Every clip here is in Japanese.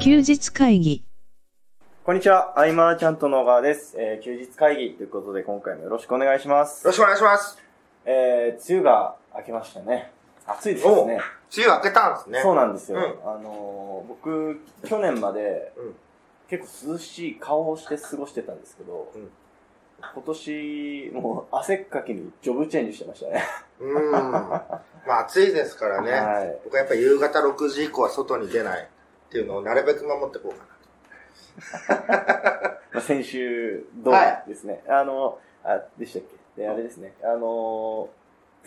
休日会議。こんにちは、アイマーちゃんと野川です。えー休日会議ということで今回もよろしくお願いします。よろしくお願いします。えー、梅雨が明けましたね。暑いですおうね。梅雨明けたんですね。そうなんですよ。うあのー僕、去年までうん、結構涼しい顔をして過ごしてたんですけど、うん今年、もう汗っかきにジョブチェンジしてましたね。うーん。まあ暑いですからね。はい。僕はやっぱ夕方6時以降は外に出ないっていうのをなるべく守ってこうかまあ、先週、どうはですね。あの、あ、でしたっけで、あれですね。あの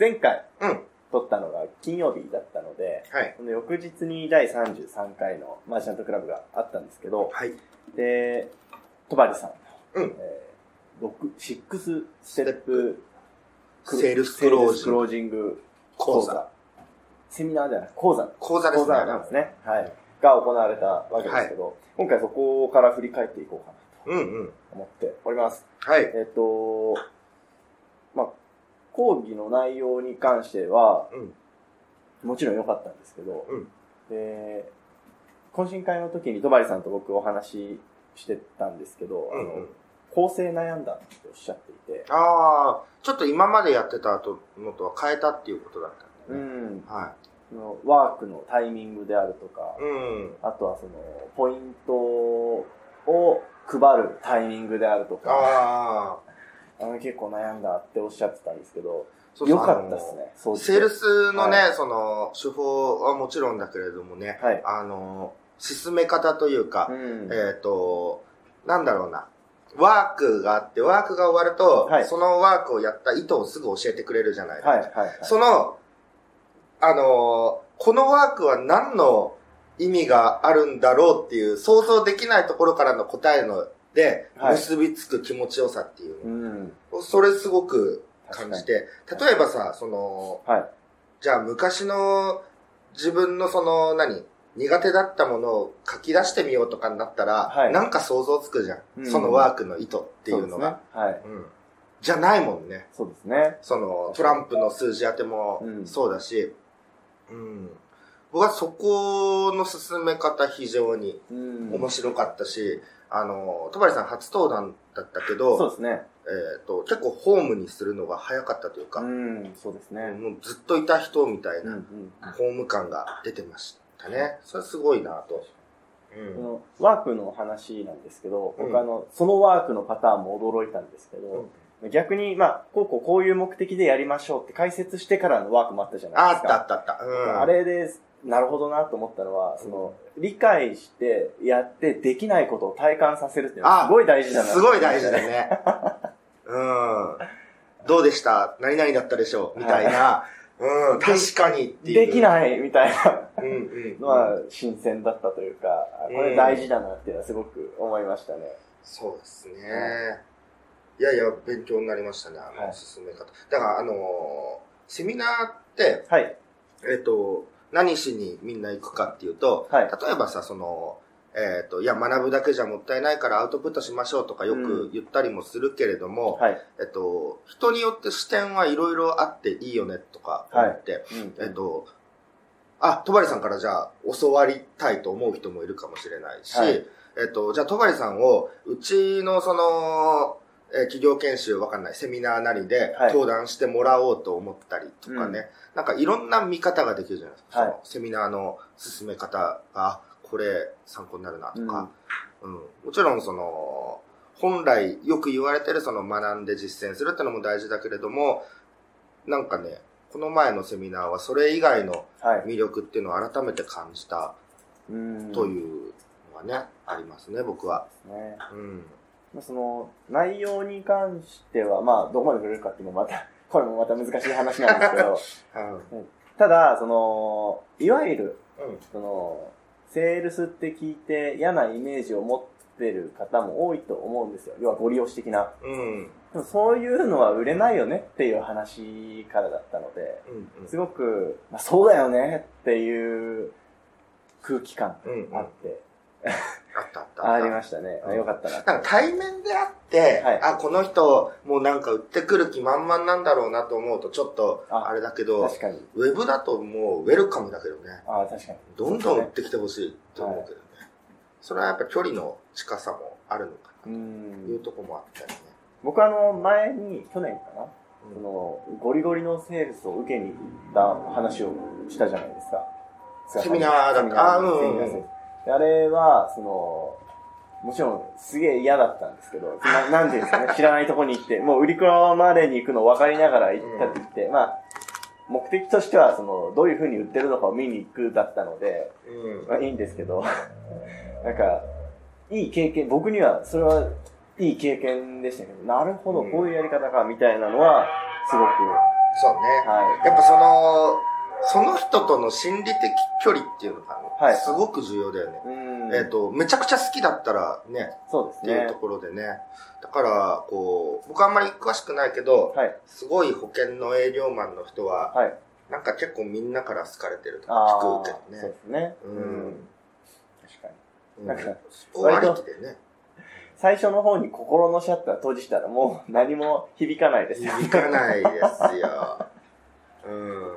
ー前回、な。うん。撮ったのが金曜日だったので、はい。その翌日に第33回のマーチャントクラブがあったんですけど、はい。で、戸張さんの、うんえー、六シックスステップクロセールスクローセジクングロージング講座。セミナーじゃない、講座。講座で講すね。座なんですね。はい。が行われたわけですけど、今回そこから振り返っていこうかなうんうん。と思っております。はい。えっと、まあ、講義の内容に関しては、うん。もちろん良かったんですけど、うんで、懇親会の時に戸張さんと僕お話ししてたんですけど、うんあうのん、構成悩んだっておっしゃっていて、ああ、ちょっと今までやってたのとは変えたっていうことだったんうだね。ん、はそのワークのタイミングであるとかい。、うん。あとはその、ポイントを配るタイミングであるとか、ああ。あの結構悩んだっておっしゃってたんですけど、そうそ良うかったです。ね、そあうのセールス。スのね、はその、手法はもちろんだけれどもね、はいあの、進め方というかう、ん。えっ、と、なんだろうな。ワークがあって、ワークが終わると、はいそのワークをやった意図をすぐ教えてくれるじゃないですか。はい、はい、はい。その、あのーこのワークは何の意味があるんだろうっていう、想像できないところからの答えので、はい結びつく気持ちよさっていうう、ん。それすごく確感かにじて、例えばさ、その、はい。じゃあ昔の自分のその何苦手だったものを書き出してみようとかになったら、はいなんか想像つくじゃん、うんそのワークの意図っていうのが。そうですね。はい。うんじゃないもんね。そうですね。そのトランプの数字当てもうんそうだし、うん僕はそこの進め方非常にうん面白かったし、あの、戸張さん初登壇だったけど、そうですね。えー、と結構ホームにするのが早かったというか、うん、そうですね。もうずっといた人みたいな。うんうんホーム感が出てましたね。それすごいなと。うそん。のワークの話なんですけど、うん僕あの、そのワークのパターンも驚いたんですけうどん、逆に、まあ、こうこうこういう目的でやりましょうって解説してからのワークもあったじゃないあでっすたか。あったあった。うん。あれで、なるほどなと思ったのは、その、理解してやってできないことを体感させるっていうのはあすごい大事だな。すごい大事だ。 ね。うん。どうでした何々だったでしょうみたいな。うん。確かにっていう。できないみたいなうんうん。のは新鮮だったというか、あこれ大事だなっていうのはすごく思いましたね。そうですね。いやいや、勉強になりましたね。あはの、い進め方。だから、あのーセミナーって、はい。えっ、と、何しにみんな行くかっていうと、はい例えばさ、その、えっ、と、いや、学ぶだけじゃもったいないからアウトプットしましょうとかようく言ったりもするけれども、はい。えっと、人によって視点はいろいろあっていいよねとか思って、うんえっと、あ、戸張さんからじゃあ教わりたいと思う人もいるかもしれないし、はいえっと、じゃあ戸張さんを、うちのその、えー企業研修わかんない、セミナーなりではい登壇してもらおうと思ったりとかね、うなんかいろんな見方ができるじゃないですか。はいそのセミナーの進め方が、あこれ参考になるなとか、うんもちろんその、本来よく言われてるその学んで実践するってのも大事だけれども、なんかね、この前のセミナーはそれ以外のはい。魅力っていうのを改めて感じたうんというのがね、ありますね、僕は。ね。うん。まあその、内容に関しては、まあ、どこまで触れるかっていうのもまた、 これもまた難しい話なんですけ ど、うん。ただ、その、いわゆる、その、セールスって聞いて嫌なイメージを持ってる方も多いと思うんですよ。要はご利用し的な。うん。うん。でもそういうのは売れないよねっていう話からだったので、うん。すごく、まあ、そうだよねっていう空気感うんうん。がああっって、たあったああっりた。ましたね。あよかったな。なんか対面であって、はいあ、この人、もうなんか売ってくる気満々なんだろうなと思うと、ちょっと、ああれだけど、確かに。ウェブだともうウェルカムだけどね。あ確かに。どんどん売ってきてほしいと思うけどね。それはやっぱ距離の近さもあるのかう。なというんとこもあったりね。僕あの、前に、去年かなうそんの、ゴリゴリのセールスを受けに行った話をしたじゃないですか。セミナーだったセミナあうんセミナーですであれは、その、もちろん、すげえ嫌だったんですけど、ななんていうんです かね、知らないとこに行って、もう売り子までに行くの分かりながら行ったって言って、まあ、目的としては、その、どういう風に売ってるのかを見に行くだったので、うん。まあいいんですけど、 なんか、いい経験、僕にはそれはいい経験でしたけど、なるほど、うんこういうやり方か、みたいなのは、すごく、そうね。はやっぱその、その人との心理的距離っていうのが、はいすごく重要だよね。い。うん。えっ、と、めちゃくちゃ好きだったらね、そうですっていねうと。ころでね。だから、こう、僕あんまり詳しくないけど、はい。すごい保険の営業マンの人は、はい。なんか結構みんなから好かれてるとあかあ、聞くけどそうね。ですね。ううんん。確かに。うんなんかスポーありきでね。最初の方に心のシャッター閉じたらもう 何も響かないですよ。響かないですよ。うん。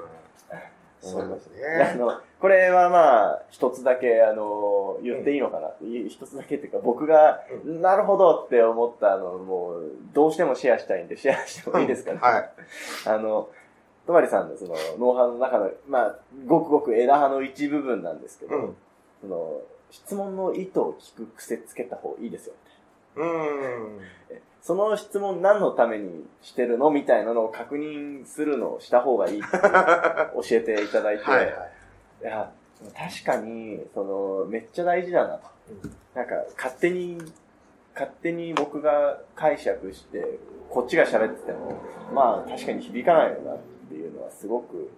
そうですあね。の、これはまあ、一つだけ、あの、言っていいのかな、い一つだけっていうか、僕が、なるほどって思ったの、もう、どうしてもシェアしたいんで、シェアしてもいいですかね。はい。あの、とまりさんのその、ノウハウの中の、まあ、ごくごく枝葉の一部分なんですけど、うん。その、質問の意図を聞く癖つけた方がいいですよ。うん。その質問何のためにしてるのみたいなのを確認するのをした方がいいっていう教えていただいて、はいはい。いや、確かに、その、めっちゃ大事だなと。うんなんか、勝手に、勝手に僕が解釈して、こっちが喋ってても、まあ、確かに響かないよなっていうのはすごく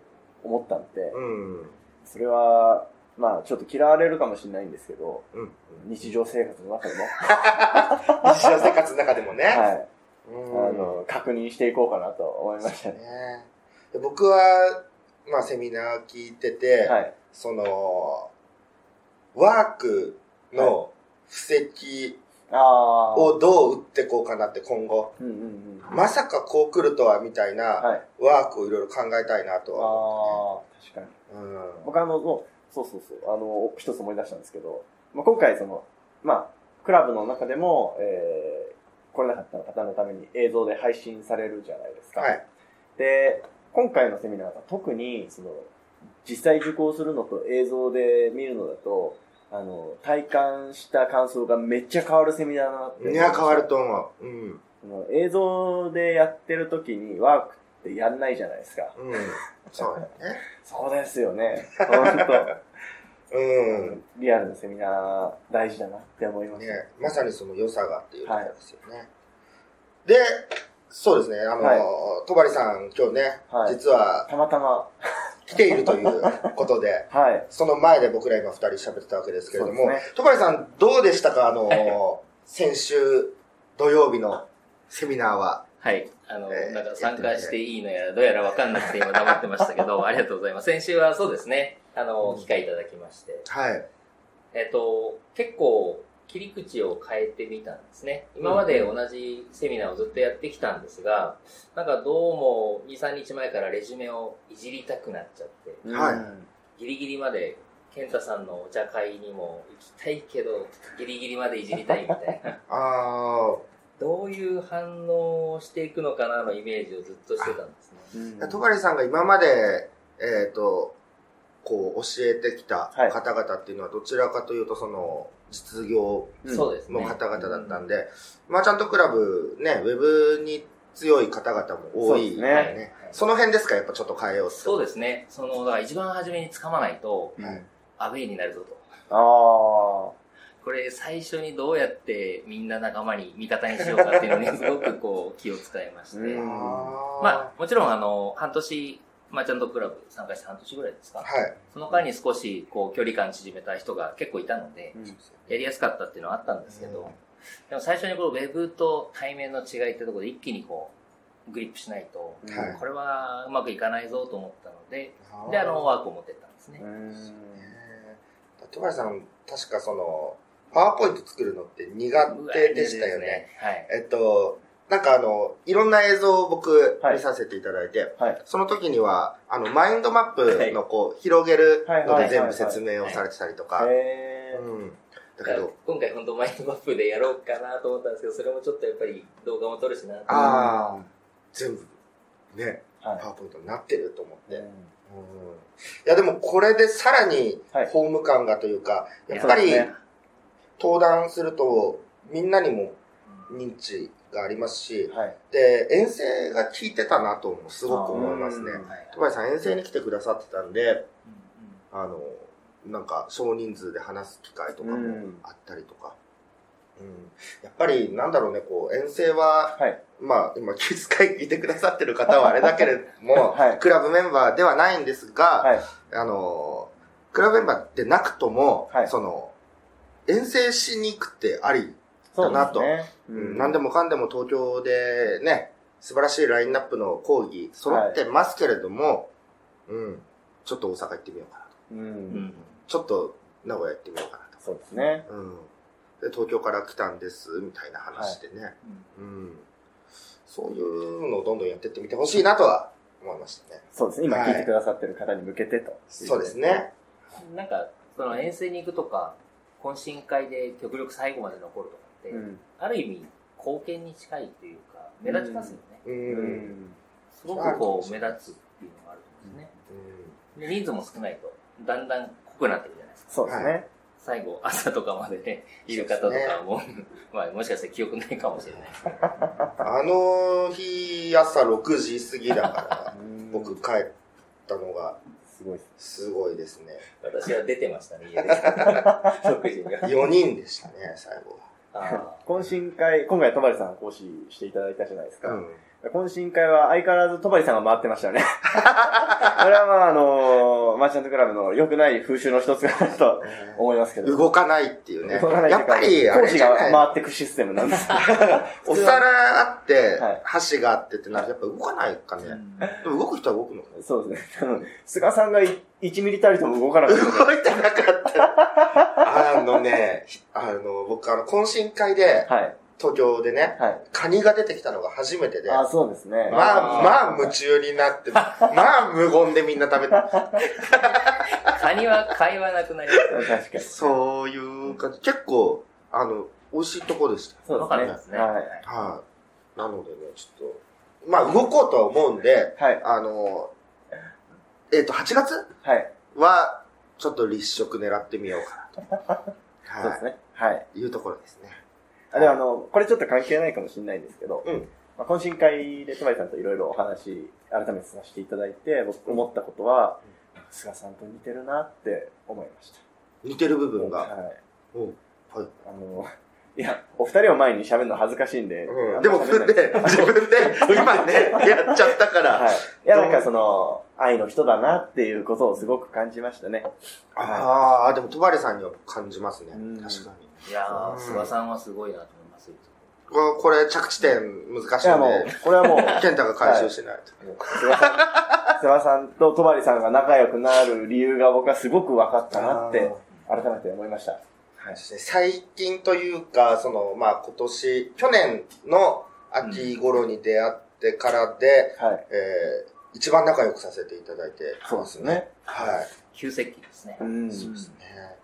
思ったんで、うん。それは、まあ、ちょっと嫌われるかもしれないんですけど、うん。日常生活の中でも、日常生活の中でもね。はい、うあんの、確認していこうかなと思いましたね。ねで僕は、まあセミナー聞いてて、はい。その、ワークの布石ああ。をどう打ってこうかなって今後、うんうんうん。まさかこう来るとはみたいなはい。ワークをいろいろ考えたいなとは思ああ、確かに。ってね。うん僕あの、もうそうそうそう、あの、一つ思い出したんですけど、まあ、今回その、まあ、クラブの中でも、えー、来れなかった方のために映像で配信されるじゃないですか。はい。で、今回のセミナーが特に、その、実際受講するのと映像で見るのだと、あの、体感した感想がめっちゃ変わるセミナーだなって思いいましや、た変わると思う。うん。その映像でやってる時にワークってやんないじゃないですか。うん。そうだね。そうですよね。本うん。当 リアルのセミナー大事だなって思いましねた。、まさにその良さがっていうところですよね。で、そうですね、あの、はい戸張さん今日ね、はい実はたまたま、来ているということで、 はい。その前で僕ら今二人喋ってたわけですけれそどうもです、戸張、さんどうでしたかあの、先週土曜日のセミナーは。はい。あの、えーなんか参加していいのやらどうやらわかんなくて今黙ってましたけど、 ありがとうございます。先週はそうですね、あの、機会いただきまして。はい。えっと、結構切り口を変えてみたんですね。今まで同じセミナーをずっとやってきたんですが、なんかどうも2、3日前からレジュメをいじりたくなっちゃって、はいうんギリギリまで、健太さんのお茶会にも行きたいけど、ギリギリまでいじりたいみたい な。あどういう反応をしていくのかなのイメージをずっとしてたんですね。うんー、戸張さんが今まで、えっ、と、こう教えてきた方々っていうのはどちらかというとその実業うんそうですね。の方々だったんで、マーチャントクラブね、ウェブに強い方々も多そういですよねね。そはのい辺ですか、やっぱちょっと変えようそうでですね。その、だから一番初めにつかまないと、うんアウェイになるぞと。ああ。これ最初にどうやってみんな仲間に味方にしようかっていうのにすごくこう気を使いまして。うんまあ、もちろんあの、半年、マーチャントクラブ参加して半年ぐらいですかはい。その間に少しこう距離感縮めた人が結構いたので、うんやりやすかったっていうのはあったんですけうんど、でも最初にこのウェブと対面の違いってところで一気にこう、グリップしないと、はいこれはうまくいかないぞと思ったので、で、あの、ワークを持ってったんですねう。んね戸原さん、確かその、パワーポイント作るのって苦手でしたよね。はい。えっと、なんかあの、いろんな映像を僕はい見させていただいて、はい。その時には、あの、マインドマップのこう、広げるはいのはいはいはでい全部説明をされてたりとか、へえ。うん。だけど、今回本当マインドマップでやろうかなと思ったんですけど、それもちょっとやっぱり動画も撮るしなと思っああ、全部、ね、はパいワーポイントになってると思って。ううんんいや、でもこれでさらにはい、ホーム感がというか、いややっぱそうりですね登壇すると、みんなにも認知がありますし、はい。で、遠征が効いてたなと、すごく思いますねあーう。んて。はい戸林さん遠征に来てくださってたんで、うんうんあの、なんか少人数で話す機会とかうもんあったりとか。うんやっぱり、なんだろうね、こう、遠征は、はい。まあ、今、気遣い聞いてくださってる方はあれだけれども、 はいクラブメンバーではないんですが、はい。あの、クラブメンバーでなくとも、はいその、遠征しに行くってあり、そうですだなとね。ううん、何でもかんでも東京でね、素晴らしいラインナップの講義揃ってますけれども、うん、ちょっと大阪行ってみようかなと。う。うんんちょっと名古屋行ってみようかなそうですね。と。うん。で、東京から来たんです、みたいな話でね。うんうん。そういうのをどんどんやってってみてほしいなとは思いましたね。そうですね。今はい聞いてくださってる方に向けてと。そうです。ね。なんか、その遠征に行くとか、懇親会で極力最後まで残るとかって、うん。ある意味、貢献に近いというか、目立ちますよね。う。うんうん。ん。すごくこう、目立つっていうのがあると思うんですね。で人数も少ないと、だんだん濃くなってくるじゃないですか。そうですね。最後、朝とかまでね、いる方とかも、 まあ、もしかしたら記憶ないかもしれないですけど。あの日、朝6時過ぎだから、 うん僕、帰ったのがすごいです。 すごいですね。私は出てましたね、家で。6時が。 4人で したね、最後あ懇親会、今回、戸張さんが講師していただいたじゃないですか。は。うん。懇親会は相変わらず戸張さんが回ってましたよね。 これはまあ、あのーマーチャントクラブの良くない風習の一つかなと思いますけど。動かないっていうね。動かないやっぱり、あ講れ師じゃがない回ってくシステムなんです。お皿あってはい、箸があってってなるとやっぱ動かないかねー。でも動く人は動くのか なそうですね多分。菅さんがい1ミリたりとも動かなくて。 動いてなかった。あのね、あの、僕あの、懇親会で、はい。東京でね、はい。カニが出てきたのが初めてで、あ、そうですね。まああ、ーまあ夢中になって、まあ無言でみんな食べた。カニは会話なくなります確かに。そういう感じ。結構、あの、美味しいとこでした。そうわかりでますすね。ね。はい。はい。なのでね、ちょっと、まあ動こうとは思うんで、はい。あの、えっ、と、8月はい。は、ちょっと立食狙ってみようかなと。そうはでいす。ね。はい。いうところですね。あで、あの、これちょっと関係ないかもしれないんですけど、うんまあ、懇親会で戸張さんといろいろお話、改めてさせていただいて、僕思ったことは、菅さんと似てるなって思いました。似てる部分が。はい。おうあの、いや、お二人を前に喋るの恥ずかしいんで、あうんんでもま自喋分んないで、自分で、今ね、やっちゃったから。はい。いや、なんかその、愛の人だなっていうことをすごく感じましたね。ああ、でも、とばれさんには感じますねうん。確かに。いやうんー、菅さんはすごいなと思いますよ。ここれ、着地点難しいいや、んもで、う、これはもう、健太が回収してないと。 世話さん、世話さんと戸張さんが仲良くなる理由が僕はすごく分かったなって、改めて思いました。はい。最近というか、その、まあ、今年、去年の秋頃に出会ってからで、はい。えー、一番仲良くさせていただいてますね。。は急接近ですねう。ん。い。そうですね。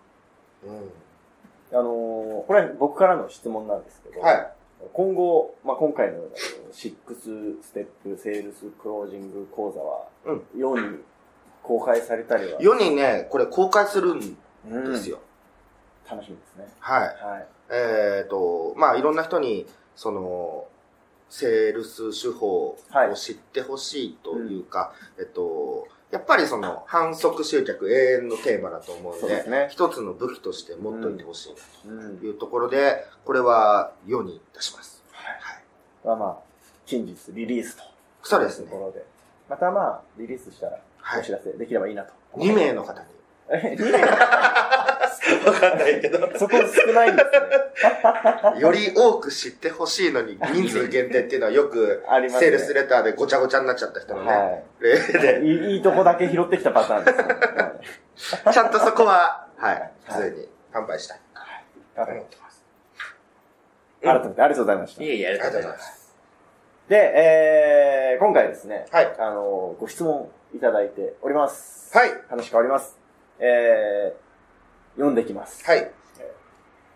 うあのーこれは僕からの質問なんですけど、ん。はい。今後、まあ、今回の6ステップセールスクロージング講座は、世に公開されたりは、世にね、これ公開するんうんですよ。楽しみですね。はい。はい。えっ、と、まあ、いろんな人に、その、セールス手法を知ってほしいというか、えっと、やっぱりその、反則集客永遠のテーマだと思うのそうで、ですね。一つの武器として持っといてほしいなうんと。いうところで、これは世に出します。はい。はまあ、近日リリースと。そうですねと。ころで。またまあ、リリースしたらはお知い。らせできればいいなと。 2名の方に。 えわかんないけど。そこ少ないんですね。より多く知ってほしいのに人数限定っていうのはよくありますねセールスレターでごちゃごちゃになっちゃった人のね、は例でいい。いいとこだけ拾ってきたパターンですね。はいちゃんとそこは、はい、普はい通に販売したい。わかりま思っしてます。た改めてありがとうございましたい。えいえ、あありりががととううごございまざいま。すす。で、えー、今回ですね、はい。あの、ご質問いただいております。はい。話変わります。えー、読んできます。はい。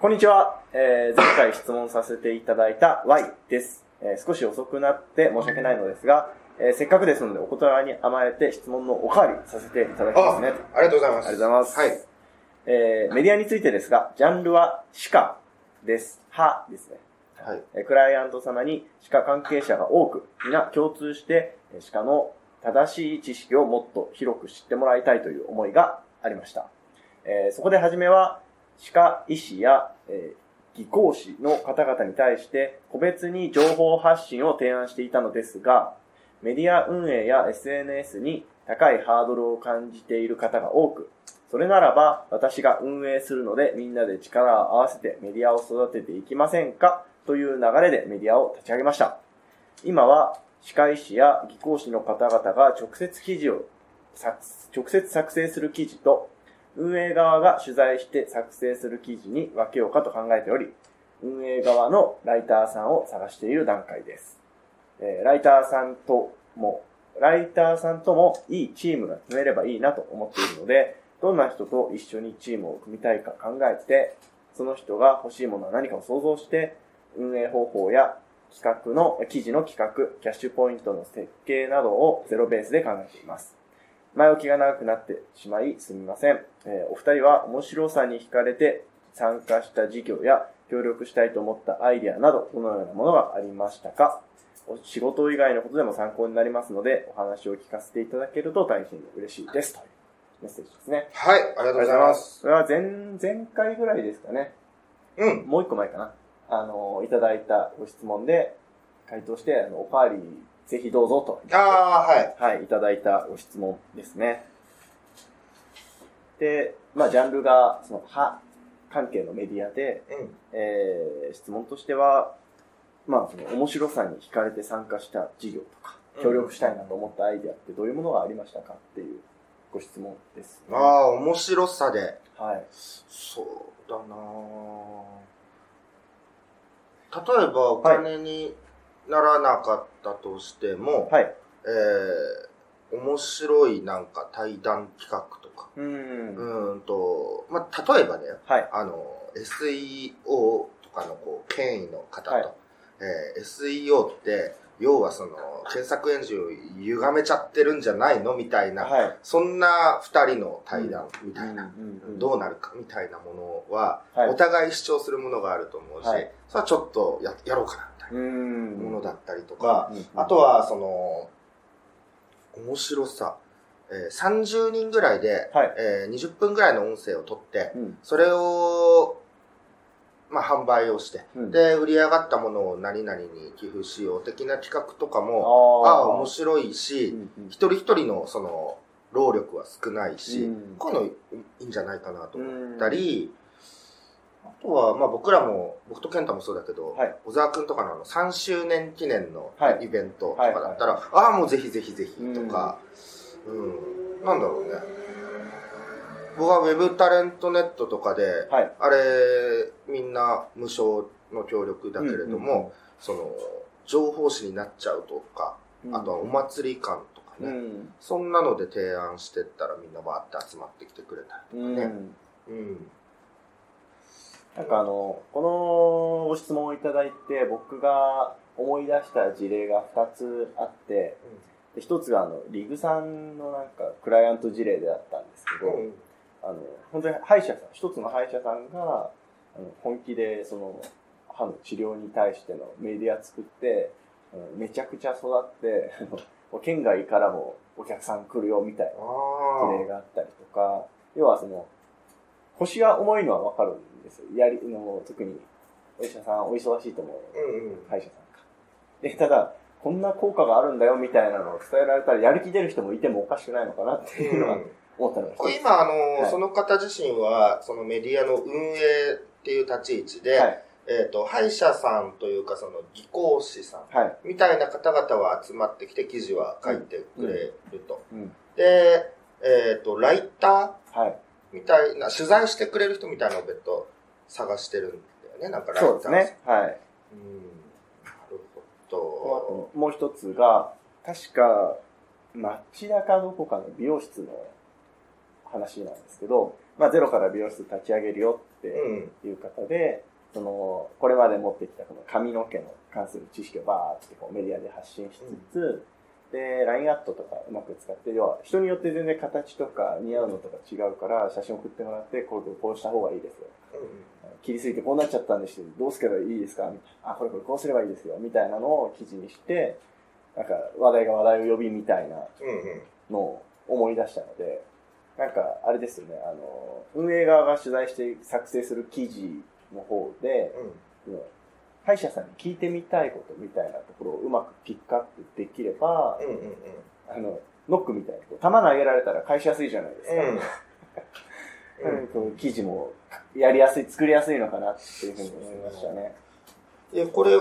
こんにちは。えー、前回質問させていただいた Y です。えー、少し遅くなって申し訳ないのですが、えー、せっかくですのでお答えに甘えて質問のお代わりさせていただきますね。ありがとうございます。ありがとうございますはい。えー、メディアについてですが、ジャンルは歯科です。歯ですね。はい。えークライアント様に歯科関係者が多く、皆共通してえー歯科の正しい知識をもっと広く知ってもらいたいという思いがありました。えーそこで初めは、歯科医師や、えー技工士の方々に対して個別に情報発信を提案していたのですが、メディア運営や SNS に高いハードルを感じている方が多く、それならば私が運営するのでみんなで力を合わせてメディアを育てていきませんかという流れでメディアを立ち上げました。今は歯科医師や技工士の方々が直接記事を作直接作成する記事と運営側が取材して作成する記事に分けようかと考えており、運営側のライターさんを探している段階です。えーライターさんとも、ライターさんともいいチームが組めればいいなと思っているので、どんな人と一緒にチームを組みたいか考えて、その人が欲しいものは何かを想像して、運営方法や企画の、記事の企画、キャッシュポイントの設計などをゼロベースで考えています。前置きが長くなってしまいすみません。えーお二人は面白さに惹かれて参加した事業や協力したいと思ったアイディアなど、どのようなものがありましたかお仕事以外のことでも参考になりますので、お話を聞かせていただけると大変嬉しいです。というメッセージですね。はい、ありがとうございます。これは前、前回ぐらいですかね。うん。もう一個前かな。あの、いただいたご質問で、回答して、あの、おかわり、ぜひどうぞと。ああ、はい。はい、いただいたご質問ですね。で、まあ、ジャンルが、その、歯関係のメディアで、うん。えー質問としては、まあ、その、面白さに惹かれて参加した事業とか、協力したいなと思ったアイデアってどういうものがありましたかっていうご質問です、ああ、面白さで。はい。そうだなぁ例えば、お金にならなかったとしても、はい。えー、面白いなんか対談企画とか、うー。うんーんと、まあ、例えばね、はい。あの、SEO とかのこう、権威の方と、はいえー SEO って、要はその、検索エンジンを歪めちゃってるんじゃないのみたいな、はい。そんな二人の対談みたいな、うんうんどうなるかみたいなものは、はいお互い主張するものがあると思うし、はいそれはちょっとややろうかなみたいうーなんものだったりとか、うんあとはその、面白さ、えー30人ぐらいで、はい。えー20分ぐらいの音声を取って、うんそれを、まあ、販売をして、うんで、売り上がったものを何々に寄付しよう的な企画とかあーも、ああ、面白いし、うんうん一人一人のその、労力は少ないし、うんこういうのいいんじゃないかなと思ったり、あとは、まあ僕らも、僕と健太もそうだけど、はい小沢くんとかのあの3周年記念のはいイベントとかだったら、ああ、もうぜひぜひぜひとか、うん、なんだろうね。僕はウェブタレントネットとかで、はい。あれ、みんな無償の協力だけれども、うんうんその、情報誌になっちゃうとか、あとはお祭り感とかうね、ん。そんなので提案してったらみんなバーって集まってきてくれたうねん。り。うん。なんかあの、このご質問をいただいて、僕が思い出した事例が2つあって、で1つがあの、リグさんのなんか、クライアント事例であったんですけど、うん。あの、本当に歯医者さん、一つの歯医者さんが、あの本気で、その、歯の治療に対してのメディア作って、あのめちゃくちゃ育って、 あのもう県外からもお客さん来るよみたいなあ事例があったりとか、要はその、腰が重いのはわかるんですよ。やり、の特に、お医者さん、お忙しいと思う。あ。うんうん。歯医者さんか。で、ただ、こんな効果があるんだよみたいなのを伝えられたら、やる気出る人もいてもおかしくないのかなっていうのは思ったのが一つこれ今、あのはいその方自身は、そのメディアの運営っていう立ち位置で、はい。えっ、と、歯医者さんというか、その、技工士さんはい。みたいな方々は集まってきて、記事は書いてくれると。うん。で、えっ、と、ライターはい。みたいな、取材してくれる人みたいなのを別途探してるんだよね、なんかライターそうですね。はい。うんなるあほともう一つが、確か、町中どこかの美容室の話なんですけど、まあ、ゼロから美容室立ち上げるよってうん。いう方で、その、これまで持ってきたこの髪の毛の関する知識をバーってこうメディアで発信しつつ、で、ラインアットとかうまく使って、要は人によって全然形とか似合うのとか違うから、写真送ってもらって、こうこうした方がいいですよ。切りすぎてこうなっちゃったんですけど、どうすればいいですかみたいなあ、これこれこうすればいいですよ。みたいなのを記事にして、なんか話題が話題を呼びみたいなうん。うん。うん。のを思い出したので、なんかあれですよね、あの、運営側が取材して作成する記事の方で、歯医者さんに聞いてみたいことみたいなところをうまくピックアップできれば、うん。うん。うん。あの、ノックみたいな、こう球投げられたら返しやすいじゃないですか。うん。なんかこう記事もやりやすい、作りやすいのかなっていうふうに思いましたね。え、これ、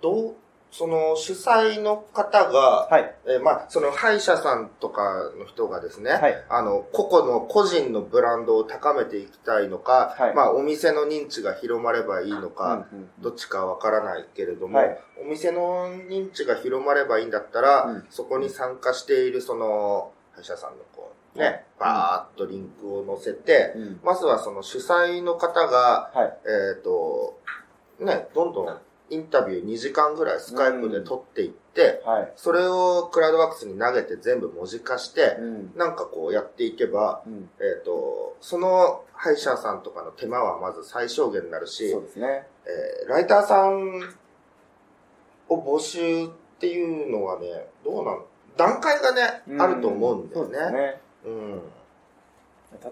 どう、その、主催の方が、はい。えーまあ、その歯医者さんとかの人がですね、はいあの、個々の個人のブランドを高めていきたいのか、はいまあ、お店の認知が広まればいいのか、うんうんどっちかわからないけれども、はいお店の認知が広まればいいんだったら、うんそこに参加しているその、歯医者さんのこう、はねい、バーっとリンクを載せて、うんまずはその主催の方が、はい。えっ、と、ね、どんどんインタビュー2時間ぐらいスカイプで撮っていって、はい。それをクラウドワークスに投げて全部文字化して、うん。なんかこうやっていけば、うん。えっ、と、その歯医者さんとかの手間はまず最小限になるし、そうですね。えーライターさんを募集っていうのはね、どうなの段階がね、あると思うんだよそうですね。ね。うん。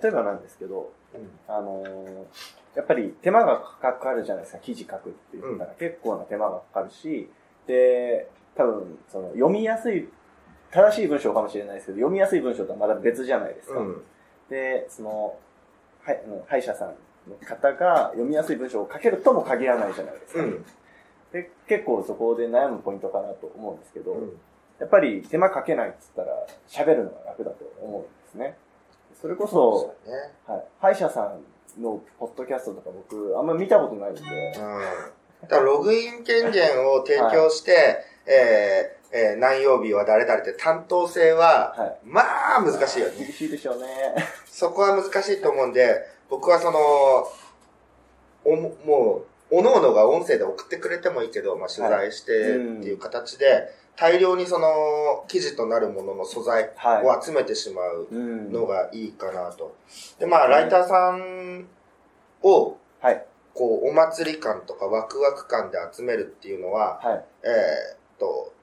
例えばなんですけど、あのーやっぱり手間がかかるじゃないですか、記事書くっていうから、結構な手間がかかるし、で、多分、その、読みやすい、正しい文章かもしれないですけど、読みやすい文章とはまだ別じゃないですか。うん。で、その、はい、あの歯医者さんの方が読みやすい文章を書けるとも限らないじゃないですか。うん。で、結構そこで悩むポイントかなと思うんですけど、うん。やっぱり手間かけないっつったら、喋るのが楽だと思うんですね。それこそ、うだね。はい。歯医者さんのポッドキャストとか僕、あんま見たことないんで。うん。だからログイン権限を提供して、えーえー何曜日は誰々って担当性は、はまあ難しいよね。厳しいでしょうね。そこは難しいと思うんで、僕はその、おももう、おののが音声で送ってくれてもいいけど、まあ、取材してっていう形で、大量にその記事となるものの素材はを集めてしまうい。うん。のがいいかなと。で、まあ、ライターさんを、はい。こう、お祭り感とかワクワク感で集めるっていうのは、はい。えーっと、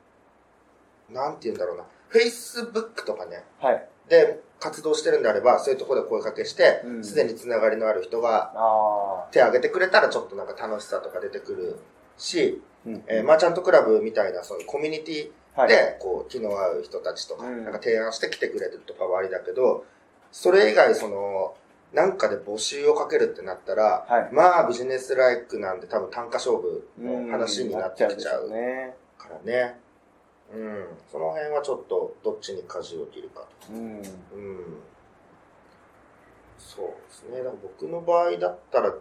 なんて言うんだろうな、Facebook とかね、はい。で活動してるんであれば、そういうところで声かけしてう、んすで、につながりのある人がああ。手を挙げてくれたら、ちょっとなんか楽しさとか出てくるし、うんえーマーチャントクラブみたいなそういうコミュニティはい。で、こう、気の合う人たちとか、うんなんか提案して来てくれるとかはありだけど、それ以外、その、なんかで募集をかけるってなったら、はいまあビジネスライクなんで多分単価勝負うのん話になってきちゃうなっでからね。うん。その辺はちょっとどっちに舵を切るかと。しょうね。うんそうですね。だから僕の場合だったら、は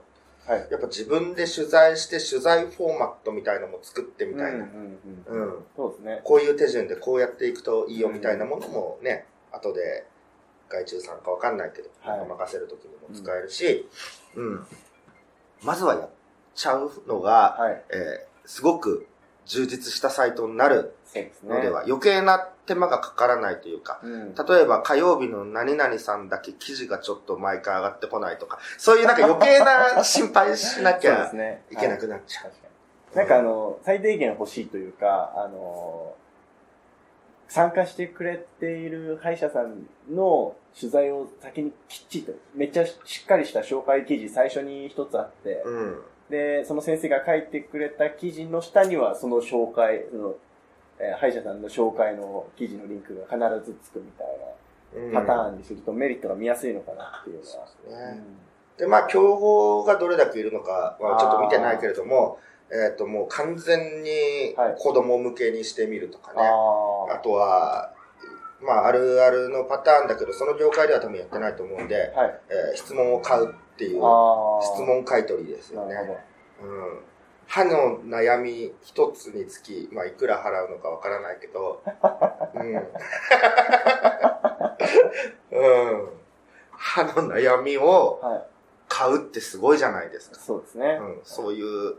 いやっぱ自分で取材して取材フォーマットみたいのも作ってうみん。たいうんうな、んうんうん。そうですね。こういう手順でこうやっていくといいよみたいなものもね、後で外注さんかわかんないけど、はいなんか任せる時にも使えるし、うん、まずはやっちゃうのが、はい。えーすごく充実したサイトになるそうですね。のでは、余計な手間がかからないというか、うん。例えば火曜日の何々さんだけ記事がちょっと毎回上がってこないとか、そういうなんか余計な心配しなき そうでゃすね。いけなはいくなっちゃう。確かに。なんかあの、最低限欲しいというか、あの、参加してくれている歯医者さんの取材を先にきっちりと、めっちゃしっかりした紹介記事最初に一つあって、うん。で、その先生が書いてくれた記事の下には、その紹介、その、えー歯医者さんの紹介の記事のリンクが必ずつくみたいうんなパターンにするとメリットが見やすいのかなっていうのは。そうですうね。んで、まあ、競合がどれだけいるのかはちょっと見てないけれども、えっ、と、もう完全にはい子供向けにしてみるとかね。ああとは、まあ、あるあるのパターンだけど、その業界では多分やってないと思うんで、あ。はい。えー質問を買うっていう、ああ。質問買い取りですよね。なるほど。うん歯の悩み一つにつき、まあ、いくら払うのかわからないけ ど、 うん。うん。歯のの悩みをはい。買うってすごいじゃないですか。そうですねう。ん、そういう、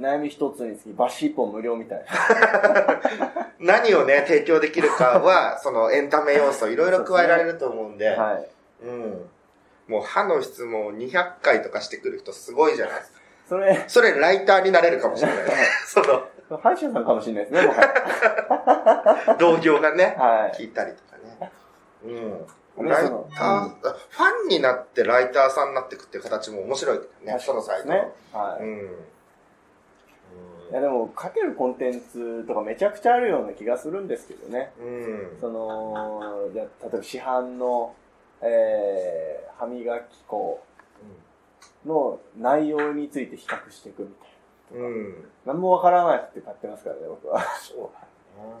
悩み一つにつき、バシ一本無料みたいな。何をね、提供できるか は、そのエンタメ要素いろいろ加えられると思うんで、はい。うん。もう歯の質問200回とかしてくる人すごいじゃないですか。それ、それライターになれるかもしれない。 その、歯医者さんかもしれないですね、もはや同業がね、はい。聞いたりとかね。うん。ねライそタのー、あファンになってライターさんになってくっていう形も面白い ね、そのサイトの。ね。はうい。ん。うんいやでも、かけるコンテンツとかめちゃくちゃあるような気がするんですけどね。うん。その、じゃ例えば市販の、えー、歯磨き粉の内容について比較していくみたいうん。な。何もわからないって買ってますからね、僕は。そうだね。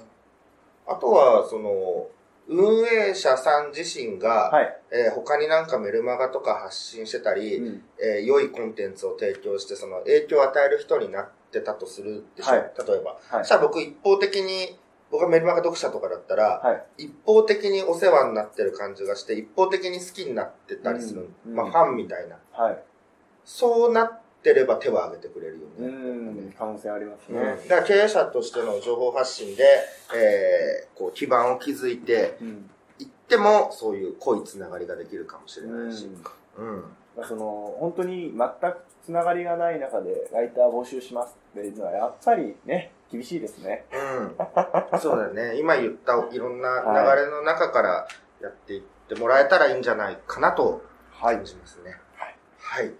あとは、その、運営者さん自身が、はい。えー他になんかメルマガとか発信してたり、うんえー良いコンテンツを提供して、その影響を与える人になってたとするでしょ、はい例えば。はいじゃあ僕一方的に、僕がメルマガ読者とかだったら、はい。一方的にお世話になってる感じがして、一方的に好きになってたりする。うんまあうんファンみたいな。はい。そうなってれば手を挙げてくれるようね。ん、可能性ありますね。うんだから経営者としての情報発信で、えーこう基盤を築いてうん。いっても、そういう濃いつながりができるかもしれうないし。んうんまあその、本当に全くつながりがない中でライター募集しますっていうのは、やっぱりね、厳しいですね。うん。そうだよね。 今言ったいろんな流れの中からやっていってもらえたらいいんじゃないかなとはい感。じますね。はい。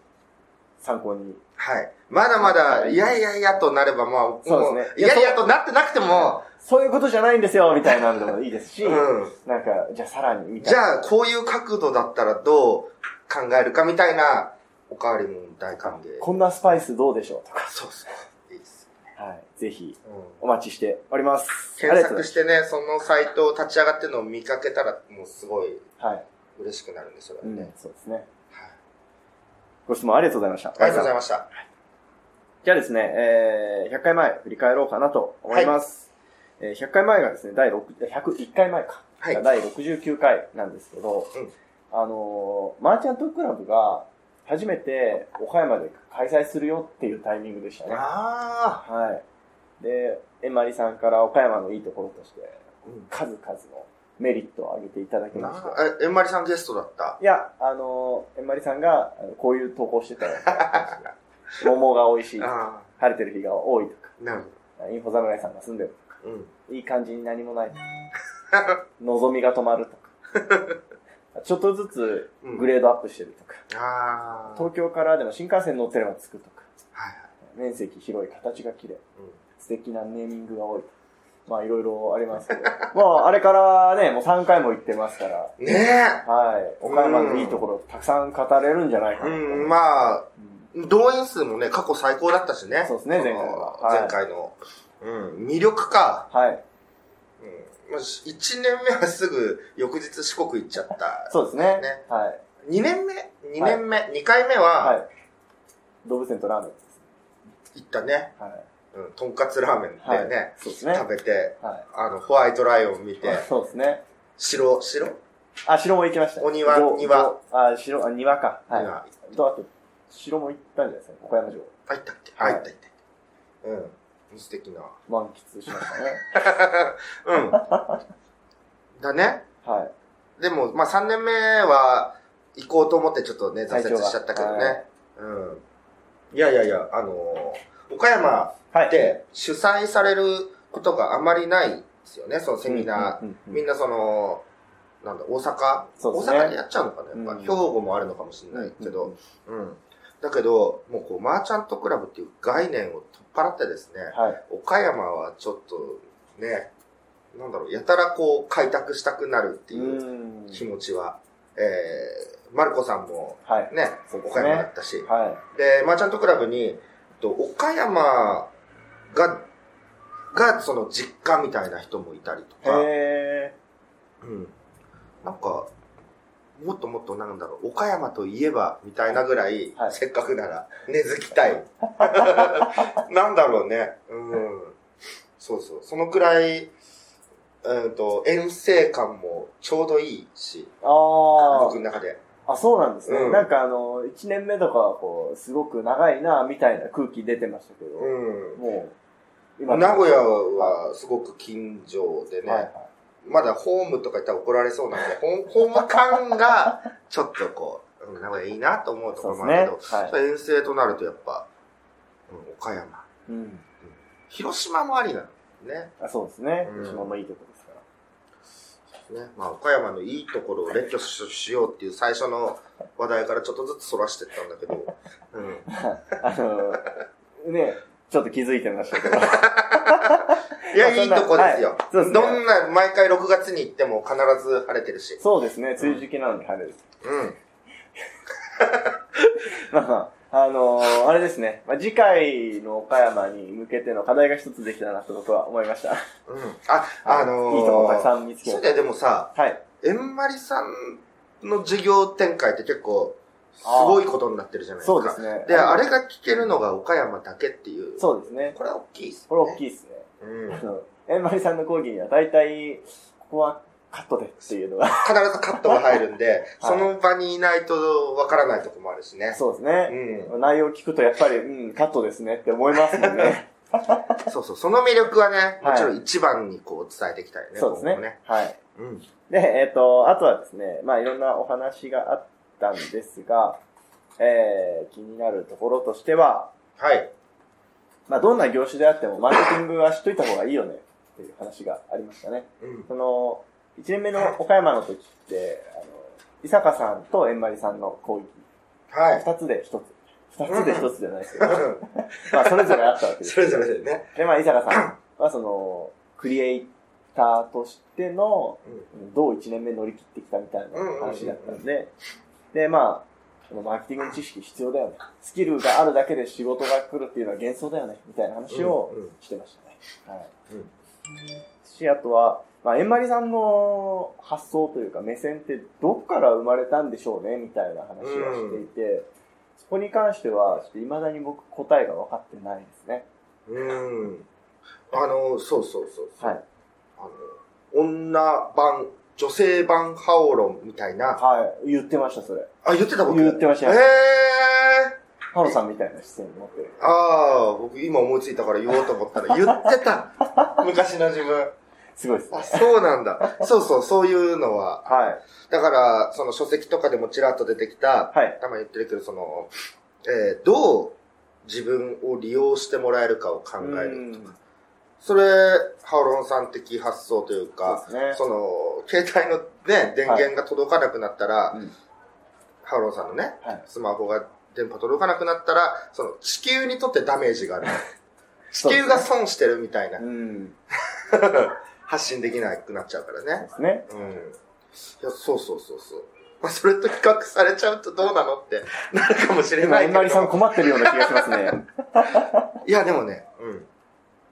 参考に。はい。まだまだ、いやいやいやとなれば、まあ、もそうですねいやいやとなってなくても、そういうことじゃないんですよみたいなのでもいいですし、うん。なんか、じゃあさらに、みたいじな。ゃあ、こういう角度だったらどう考えるかみたいな、おかわりも大歓迎。こんなスパイスどうでしょうとか。そうそう。いいです。はい。ぜひ、うんお待ちしております。検ありがとうご索ざいしてね、そのサイトを立ち上がってるのを見かけたら、もうすごいます。はい。嬉しくなるんで、それはうね。ん、そうですね。はいご質問ありがとうございました。あありがとうございまました。す。じゃあですね、えー、100回前振り返ろうかなと思います。えー100回前がですね、第6、101回前か。はい。第69回なんですけど、うんあのーマーチャントクラブが初めて岡山で開催するよっていうタイミングでしたね。ああ。はい。で、えまりさんから岡山のいいところとして、うん数々のメリットを挙げていただきましなた。え、えんまりさんゲストだった。いや、あのー、えまりさんがあのこういう投稿してたよって話 で桃が美味しい、晴あれてる日が多いとあ。なるか、インフォ侍さんが住んでるとか、ほど。うん。いい感じに何も ないとか、望みが止まるとか、ちょっとずつグレードアップしてるとか、ああ。東京からでも新幹線乗ってれば着くとか、はいはい。面積広い、形が綺麗、うん素敵なネーミングが多いと。まあいろいろありますけ ど。まああれからね、もう3回も行ってますから、ねえ。はい。岡山のいいところたくさん語れるんじゃないかなと。うん、まあ、うん動員数もね、過去最高だったしね。そうですねの前回ははい前回の。うん、魅力か。はい。うん。まあ、1年目はすぐ翌日四国行っちゃった。そうですね。ねはい。 2年目 ?2 年目、二2回目ははい。動物園とラーメンです。行ったね。はい。うん、とんかつラーメンだよね。そうですね。食べて、はあの、ホワイトライオン見いて、。そうですね。白、白あ、城も行きました。お庭ど庭。どあ、城、あ、庭か。はい。今と、あと、城も行ったんじゃないですか、岡山城。入ったっけは入いった入った。うん。素敵な。満喫しましたね。うん。 だね。はい。でも、まあ3年目は行こうと思ってちょっとね、挫折しちゃったけどね。はいうん。いやいやいや、あのー岡山はい。って主催されることがあまりないですよね、そのセミナー。うんうんうんうんみんなその、なんだ、大阪、そうで大すね阪でやっちゃうのかなやっぱ、うん兵庫もあるのかもしれないけど、うんうんうん。だけど、もうこう、マーチャントクラブっていう概念を取っ払ってですね、はい。岡山はちょっとね、なんだろう、やたらこう、開拓したくなるっていううん気持ちは、えー、マルコさんもはい。ね、そうです岡山だねっ。たし、はで、マーチャントクラブに、えっと岡山が、が、その実家みたいな人もいたりとい。か、へうん。なんか、もっともっとなんだろう、岡山といえばみたいなぐらい、はいせっかくなら根付 きたい。なんだろうね。うん。そうそう。そのくらい、うんと、遠征感もちょうどいいし、ー。あ僕の中で。あ。あ、そうなんですね。うんなんかあの、1年目とかはこう、すごく長いな、みたいな空気出てましたけど、うもう、ん。名古屋はすごく近所でね、はいはいまだホームとか言ったら怒られそうなんで、ホーホーム感がちょっとこう、うん名古屋いいなと思うとこそうろでもすね。あるけど、は遠征となるとやっぱ、うん、岡山、い。うん。広島もありなのね。あそうですねう。ん広島もいいとこですから。ね、まあ、岡山のいいところを列挙ししようっていう最初の話題からちょっとずつそらしてったんだけど、うん。あの、ね、ちょっと気づいてま したけど。いや、まあいいとこですよ。そんなはいそうですねどんな、毎回6月に行っても必ず晴れてるし。そうですね、梅雨時期なのに晴れる。うん。 まあまあ、あのーあれですね、まあ、次回の岡山に向けての課題が一つできたなと僕は思いました。うん。あ、あのー、いいとこたくさん見つけそうまだしよ、でもさ、た。はい。えんまりさんの授業展開って結構、すごいことになってるじゃないですか。そうですね。で、あれが聞けるのが岡山だけっていう。そうですね。これは大きいですね。これ大い。きいですね。うん。あの、えんまりさんの講義には大体、ここはカットでっていうのが。必ずカットが入るん で、その場にいないとわからないとこもあるしね。そうですね。う内容聞くとやっぱり、うん、カットですねって思います もんね。ん。そうそう。その魅力はね、はいもちろん一番にこう伝えていきたいね。そうです今後ね。はい。うん。で、えっ、と、あとはですね、まあいろんなお話があったんですが、えー、気になるところとしては、はい。まあどんな業種であってもマーケティングは知っといた方がいいよねっていう話がありましたね。うん。その、1年目の岡山の時って、あの、伊坂さんと円丸さんの講義、はい。 2つで1つ。2つで1つじゃないですけど、まあ それぞれあったわけですそ。れぞれでね。で、まあ伊坂さんはその、クリエイターとしてのどう1年目乗り切ってきたみたいな話だったんで、で、まあ、このマーケティングの知識必要だよね。スキルがあるだけで仕事が来るっていうのは幻想だよね、みたいな話をうんうんしてましたね。はい。うんし、あとは、まあ、円丸さんの発想というか目線ってどこから生まれたんでしょうね、みたいな話をしていて、そこに関しては、ちょっと未だに僕答えが分かってないですね。うん。あの、そうそうそうそう。はい。あの、女版、女性版ハオロンみたいな。はい。言ってました、それ。あ、言ってた僕。言ってましたよへえ。ハロさんみたいな視線を持ってる。ああ、僕今思いついたから言おうと思っ たら言ってた。昔の自分。すごいですねあ、。そうなんだ。そうそう、そういうのは。はだから、その書籍とかでもちらっと出てきた、い。はい。たまに言ってるけど、その、えーどう自分を利用してもらえるかを考える。うんそれ、ハオロンさん的発想というか、そうですねその、携帯のね、電源が届かなくなったら、うんハオロンさんのね、はいスマホが電波届かなくなったら、その、地球にとってダメージがある。地球が損してるみたいな。うん。発信できなくなっちゃうからね。ですね。うん。いや、そうそうそうそう。まあ、それと比較されちゃうとどうなのってなるかもしれ今、ない円けど。丸さん困ってるような気がし ますね。いや、でもね、うん。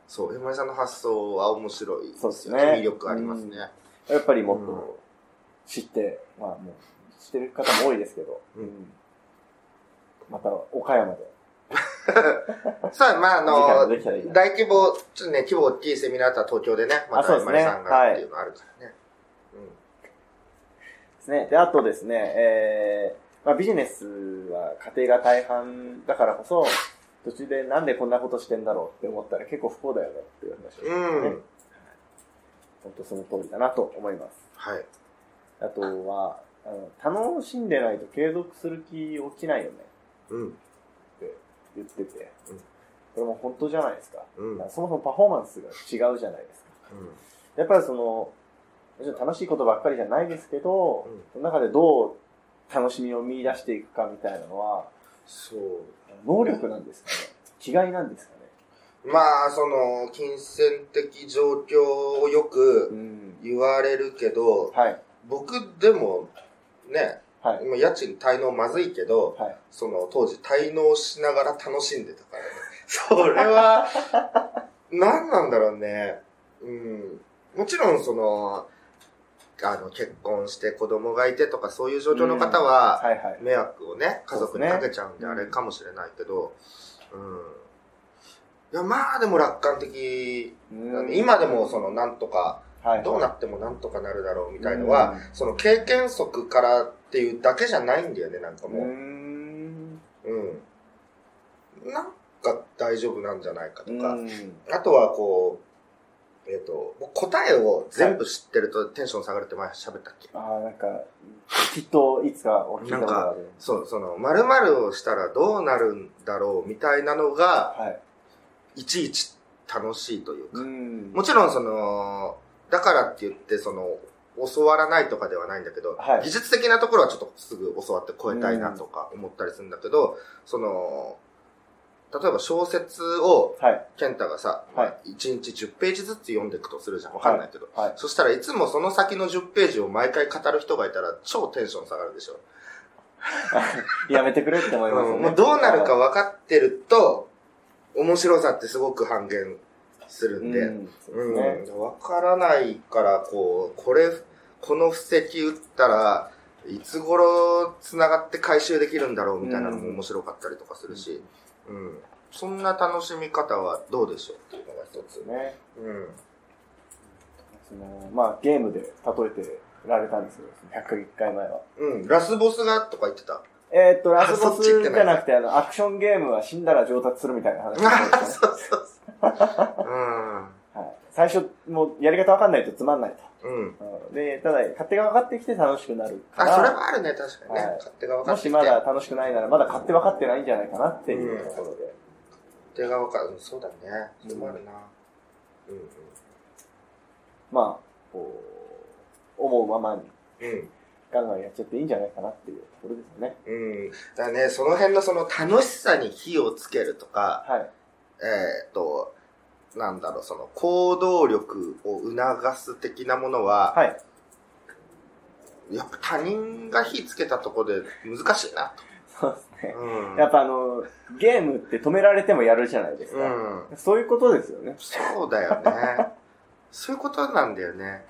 そう、山井さんの発想は面白いそうですですよねね。魅力ありますね。やっぱりうもっんと知って、まあもう、知ってる方も多いですけど、うんまた、岡山で、さあ、まあ、あ次回もの、できたらいいな。大規模、ちょっとね、規模大きいセミナーだったら東京でね、まあそうたです山ね井さんがっていうのあるからね。ですね。で、あとですね、えー、まあビジネスは家庭が大半だからこそ、途中でなんでこんなことしてんだろうって思ったら結構不幸だよねっていう話うを、ん。うん。本当その通りだなと思います。はい。あとは、あの楽しんでないと継続する気起きないよねうん。って言ってて、うんこれも本当じゃないですか。うん。うんそもそもパフォーマンスが違うじゃないですか。やっぱりその、もちろん楽しいことばっかりじゃないですけど、うんその中でどう楽しみを見出していくかみたいなのは、そう。能力なんですかね気概なんですかねまあ、その、金銭的状況をよくん。言われるけど、はい。僕でも、ね、はい。今家賃滞納まずいけど、はい。その当時滞納しながら楽しんでたから、ね、それは、何なんだろうね。うん。もちろん、その、あの、結婚して子供がいてとかそういう状況の方は、はいはい。迷惑をね、家族にかけちゃうんでそうあですねれかもしれないけど、うん。いや、まあでも楽観的だね、うん今でもそのなんとか、はい。どうなってもなんとかなるだろうみたいのは、うんその経験則からっっていうだけじゃないんだよね、なんかうーもん。う。うん。なんか大丈夫なんじゃないかとか。うんあとはこう、えっ、と、もう答えを全部知ってるとテンション下がるって前喋ったっけ、ああ、なんか、きっといつか起きたことがある。そう、その、〇〇をしたらどうなるんだろうみたいなのが、はい。いちいち楽しいというか。んもちろんその、だからって言って、その、教わらないとかではないんだけど、はい技術的なところはちょっとすぐ教わって超えたいなとか思ったりするんだけど、その、例えば小説を、はい。健太がさ、はい1日10ページずつ読んでいくとするじゃん。わかんないけど。はい。そしたらいつもその先の10ページを毎回語る人がいたら超テンション下がるでしょ。やめてくれって思いますようんね。もうどうなるか分かってると、面白さってすごく半減するうんんで、そうですねうん、わからないから、こう、これ、この布石打ったら、いつ頃繋がって回収できるんだろうみたいなのも面白かったりとかするし、うん。そんな楽しみ方はどうでしょうっていうのが一つ。ね。うん。その、まあ、ゲームで例えてられたんですよ。101回前は。うん。ラスボスがとか言ってた。えーっと、ラスあボそっち行スってじないゃなくて、あの、アクションゲームは死んだら上達するみたいな話 あですね。そうそうそう。はい。最初、もう、やり方わかんないとつまんないうん。うん。と。うんで、ただ、勝手が分かってきて楽しくなるかあ、それら、はあるね、確かにね。はい勝手が分かもってきて。しまだ楽しくないなら、まだ勝手分かってないんじゃないかなっていうところで。勝手が分かる。うんそうだね。それもあるな。うまあ、こう、思うままに、んうん。うん。ガンガンやっちゃっていいんじゃないかなっていうところですよね。うん。だからね、その辺のその楽しさに火をつけるとか、はい。えーっと、なんだろう、その行動力を促す的なものは、はい。やっぱ他人が火つけたところで難しいなそうですねと。。うん。やっぱあの、ゲームって止められてもやるじゃないですうか。ん。そういうことですよね。そうだよね。 そういうことなんだよね。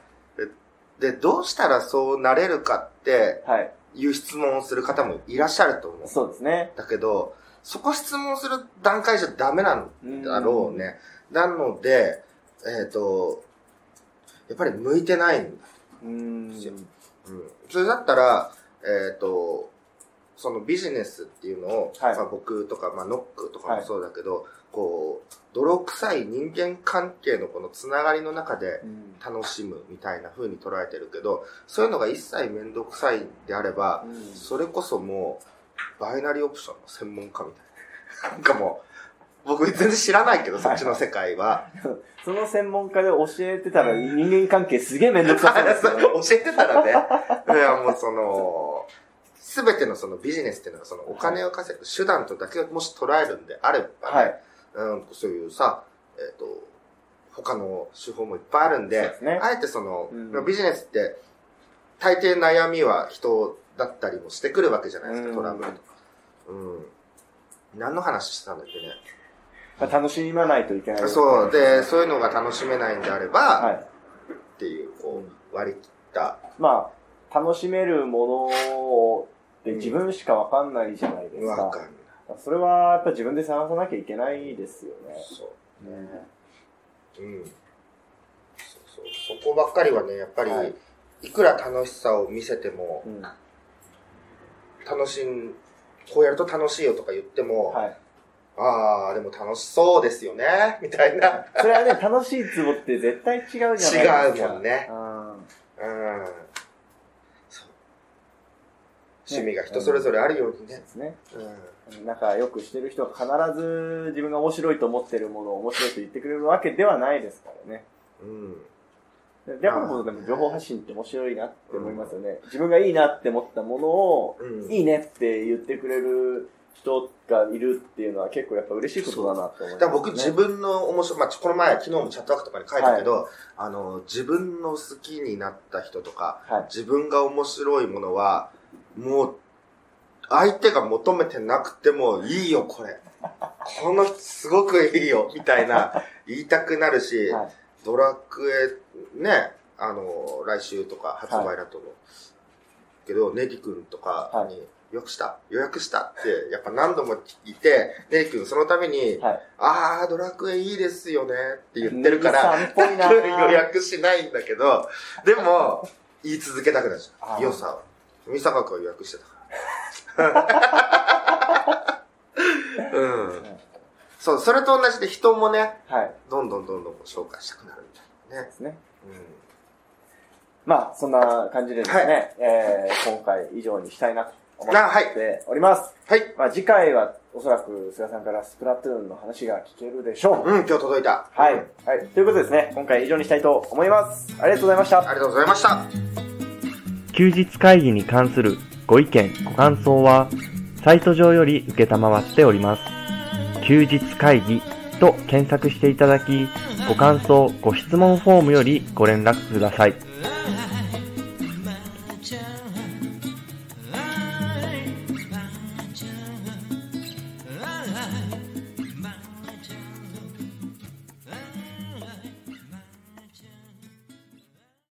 で、でどうしたらそうなれるかってはい。いう質問をする方もいらっしゃると思う。そうですね。だけど、そこ質問する段階じゃダメなんだろうね。なので、えっ、と、やっぱり向いてないんだ。うーん。うん。それだったら、えっ、と、そのビジネスっていうのを、はいまあ僕とか、まあノックとかもそうだけど、こう、泥臭い人間関係のこのつながりの中でうん楽しむみたいな風に捉えてるけど、そういうのが一切めんどくさいんであれば、うんそれこそもう、バイナリーオプションの専門家みたいな。なんかもう、僕全然知らないけど、そっちの世界は。その専門家で教えてたら人間関係すげえめんどくさそうですよね。 教えてたらね。いや、もうその、すべてのそのビジネスっていうのはそのお金を稼ぐ手段とだけをもし捉えるんであればね、はい。うん、そういうさ、えっ、と、他の手法もいっぱいあるんそうでで、すねあえてその、うんビジネスって、大抵悩みは人だったりもしてくるわけじゃないですうか、んトラブルとか。うん。何の話してたんだっけね。まあ楽しまないといけない。う。そう、で、そういうのが楽しめないんであれば、はい。っていう、こう、割り切った。まあ、楽しめるものを、で自分しかわかんないじゃないですわかかん。ない。それはやっぱ自分で探さなきゃいけないですよね。そう。ねうん。そうそう。そこばっかりはね、やっぱり、はいい、くら楽しさを見せてもう、ん。は楽しん、こうやると楽しいよとか言っても、い。ああ、でも楽しそうですよね、 みたいな。それはね、楽しいツボって絶対違うじゃないですか。違うもんねうん。うん。そう趣味が人それぞれあるようにそうねで。すね。うん。仲良くしてる人は必ず自分が面白いと思ってるものを面白いと言ってくれるわけではないですからね。うん。だからこそでも情報発信って面白いなって思いますよね。自分がいいなって思ったものを、うんいいねって言ってくれる人がいるっていうのは結構やっぱ嬉しいことだなって思います、ね。だから僕自分の面白い、まあ、ちょこの前、昨日もチャットワークとかに書いたけど、あの、自分の好きになった人とか、はい。自分が面白いものは、もう、相手が求めてなくても、いいよ、これ。この人すごくいいよ、みた いな、言いたくなるし、はいドラクエ、ね、あの、来週とか発売だと思う。けど、ネギ君とかに、よくした、予約したって、やっぱ何度も聞いて、ネギ君そのために、はい。あー、ドラクエいいですよねって言ってるから、ネギさんっぽ いな予約しないんだけど、でも、言い続けたくなるじあゃん。ー良さを。三坂君は予約して たから。うん。そう、それと同じで人もね、はい。どんどんどんどんこう紹介したくなるみたいなねで。すね。うんまあ、そんな感じでですね、えー、今回以上にしたいなと思あはいっております。はい。まあ、次回はおそらく菅さんからスプラトゥーンの話が聞けるでしょう。うん、今日届いた。はい。はい。ということでですね、今回以上にしたいと思います。ありがとうございましたあ。りがとうございました。休日会議に関するご意見、ご感想は、サイト上より受けたまわっております。休日会議と検索していただき、ご感想、ご質問フォームよりご連絡ください。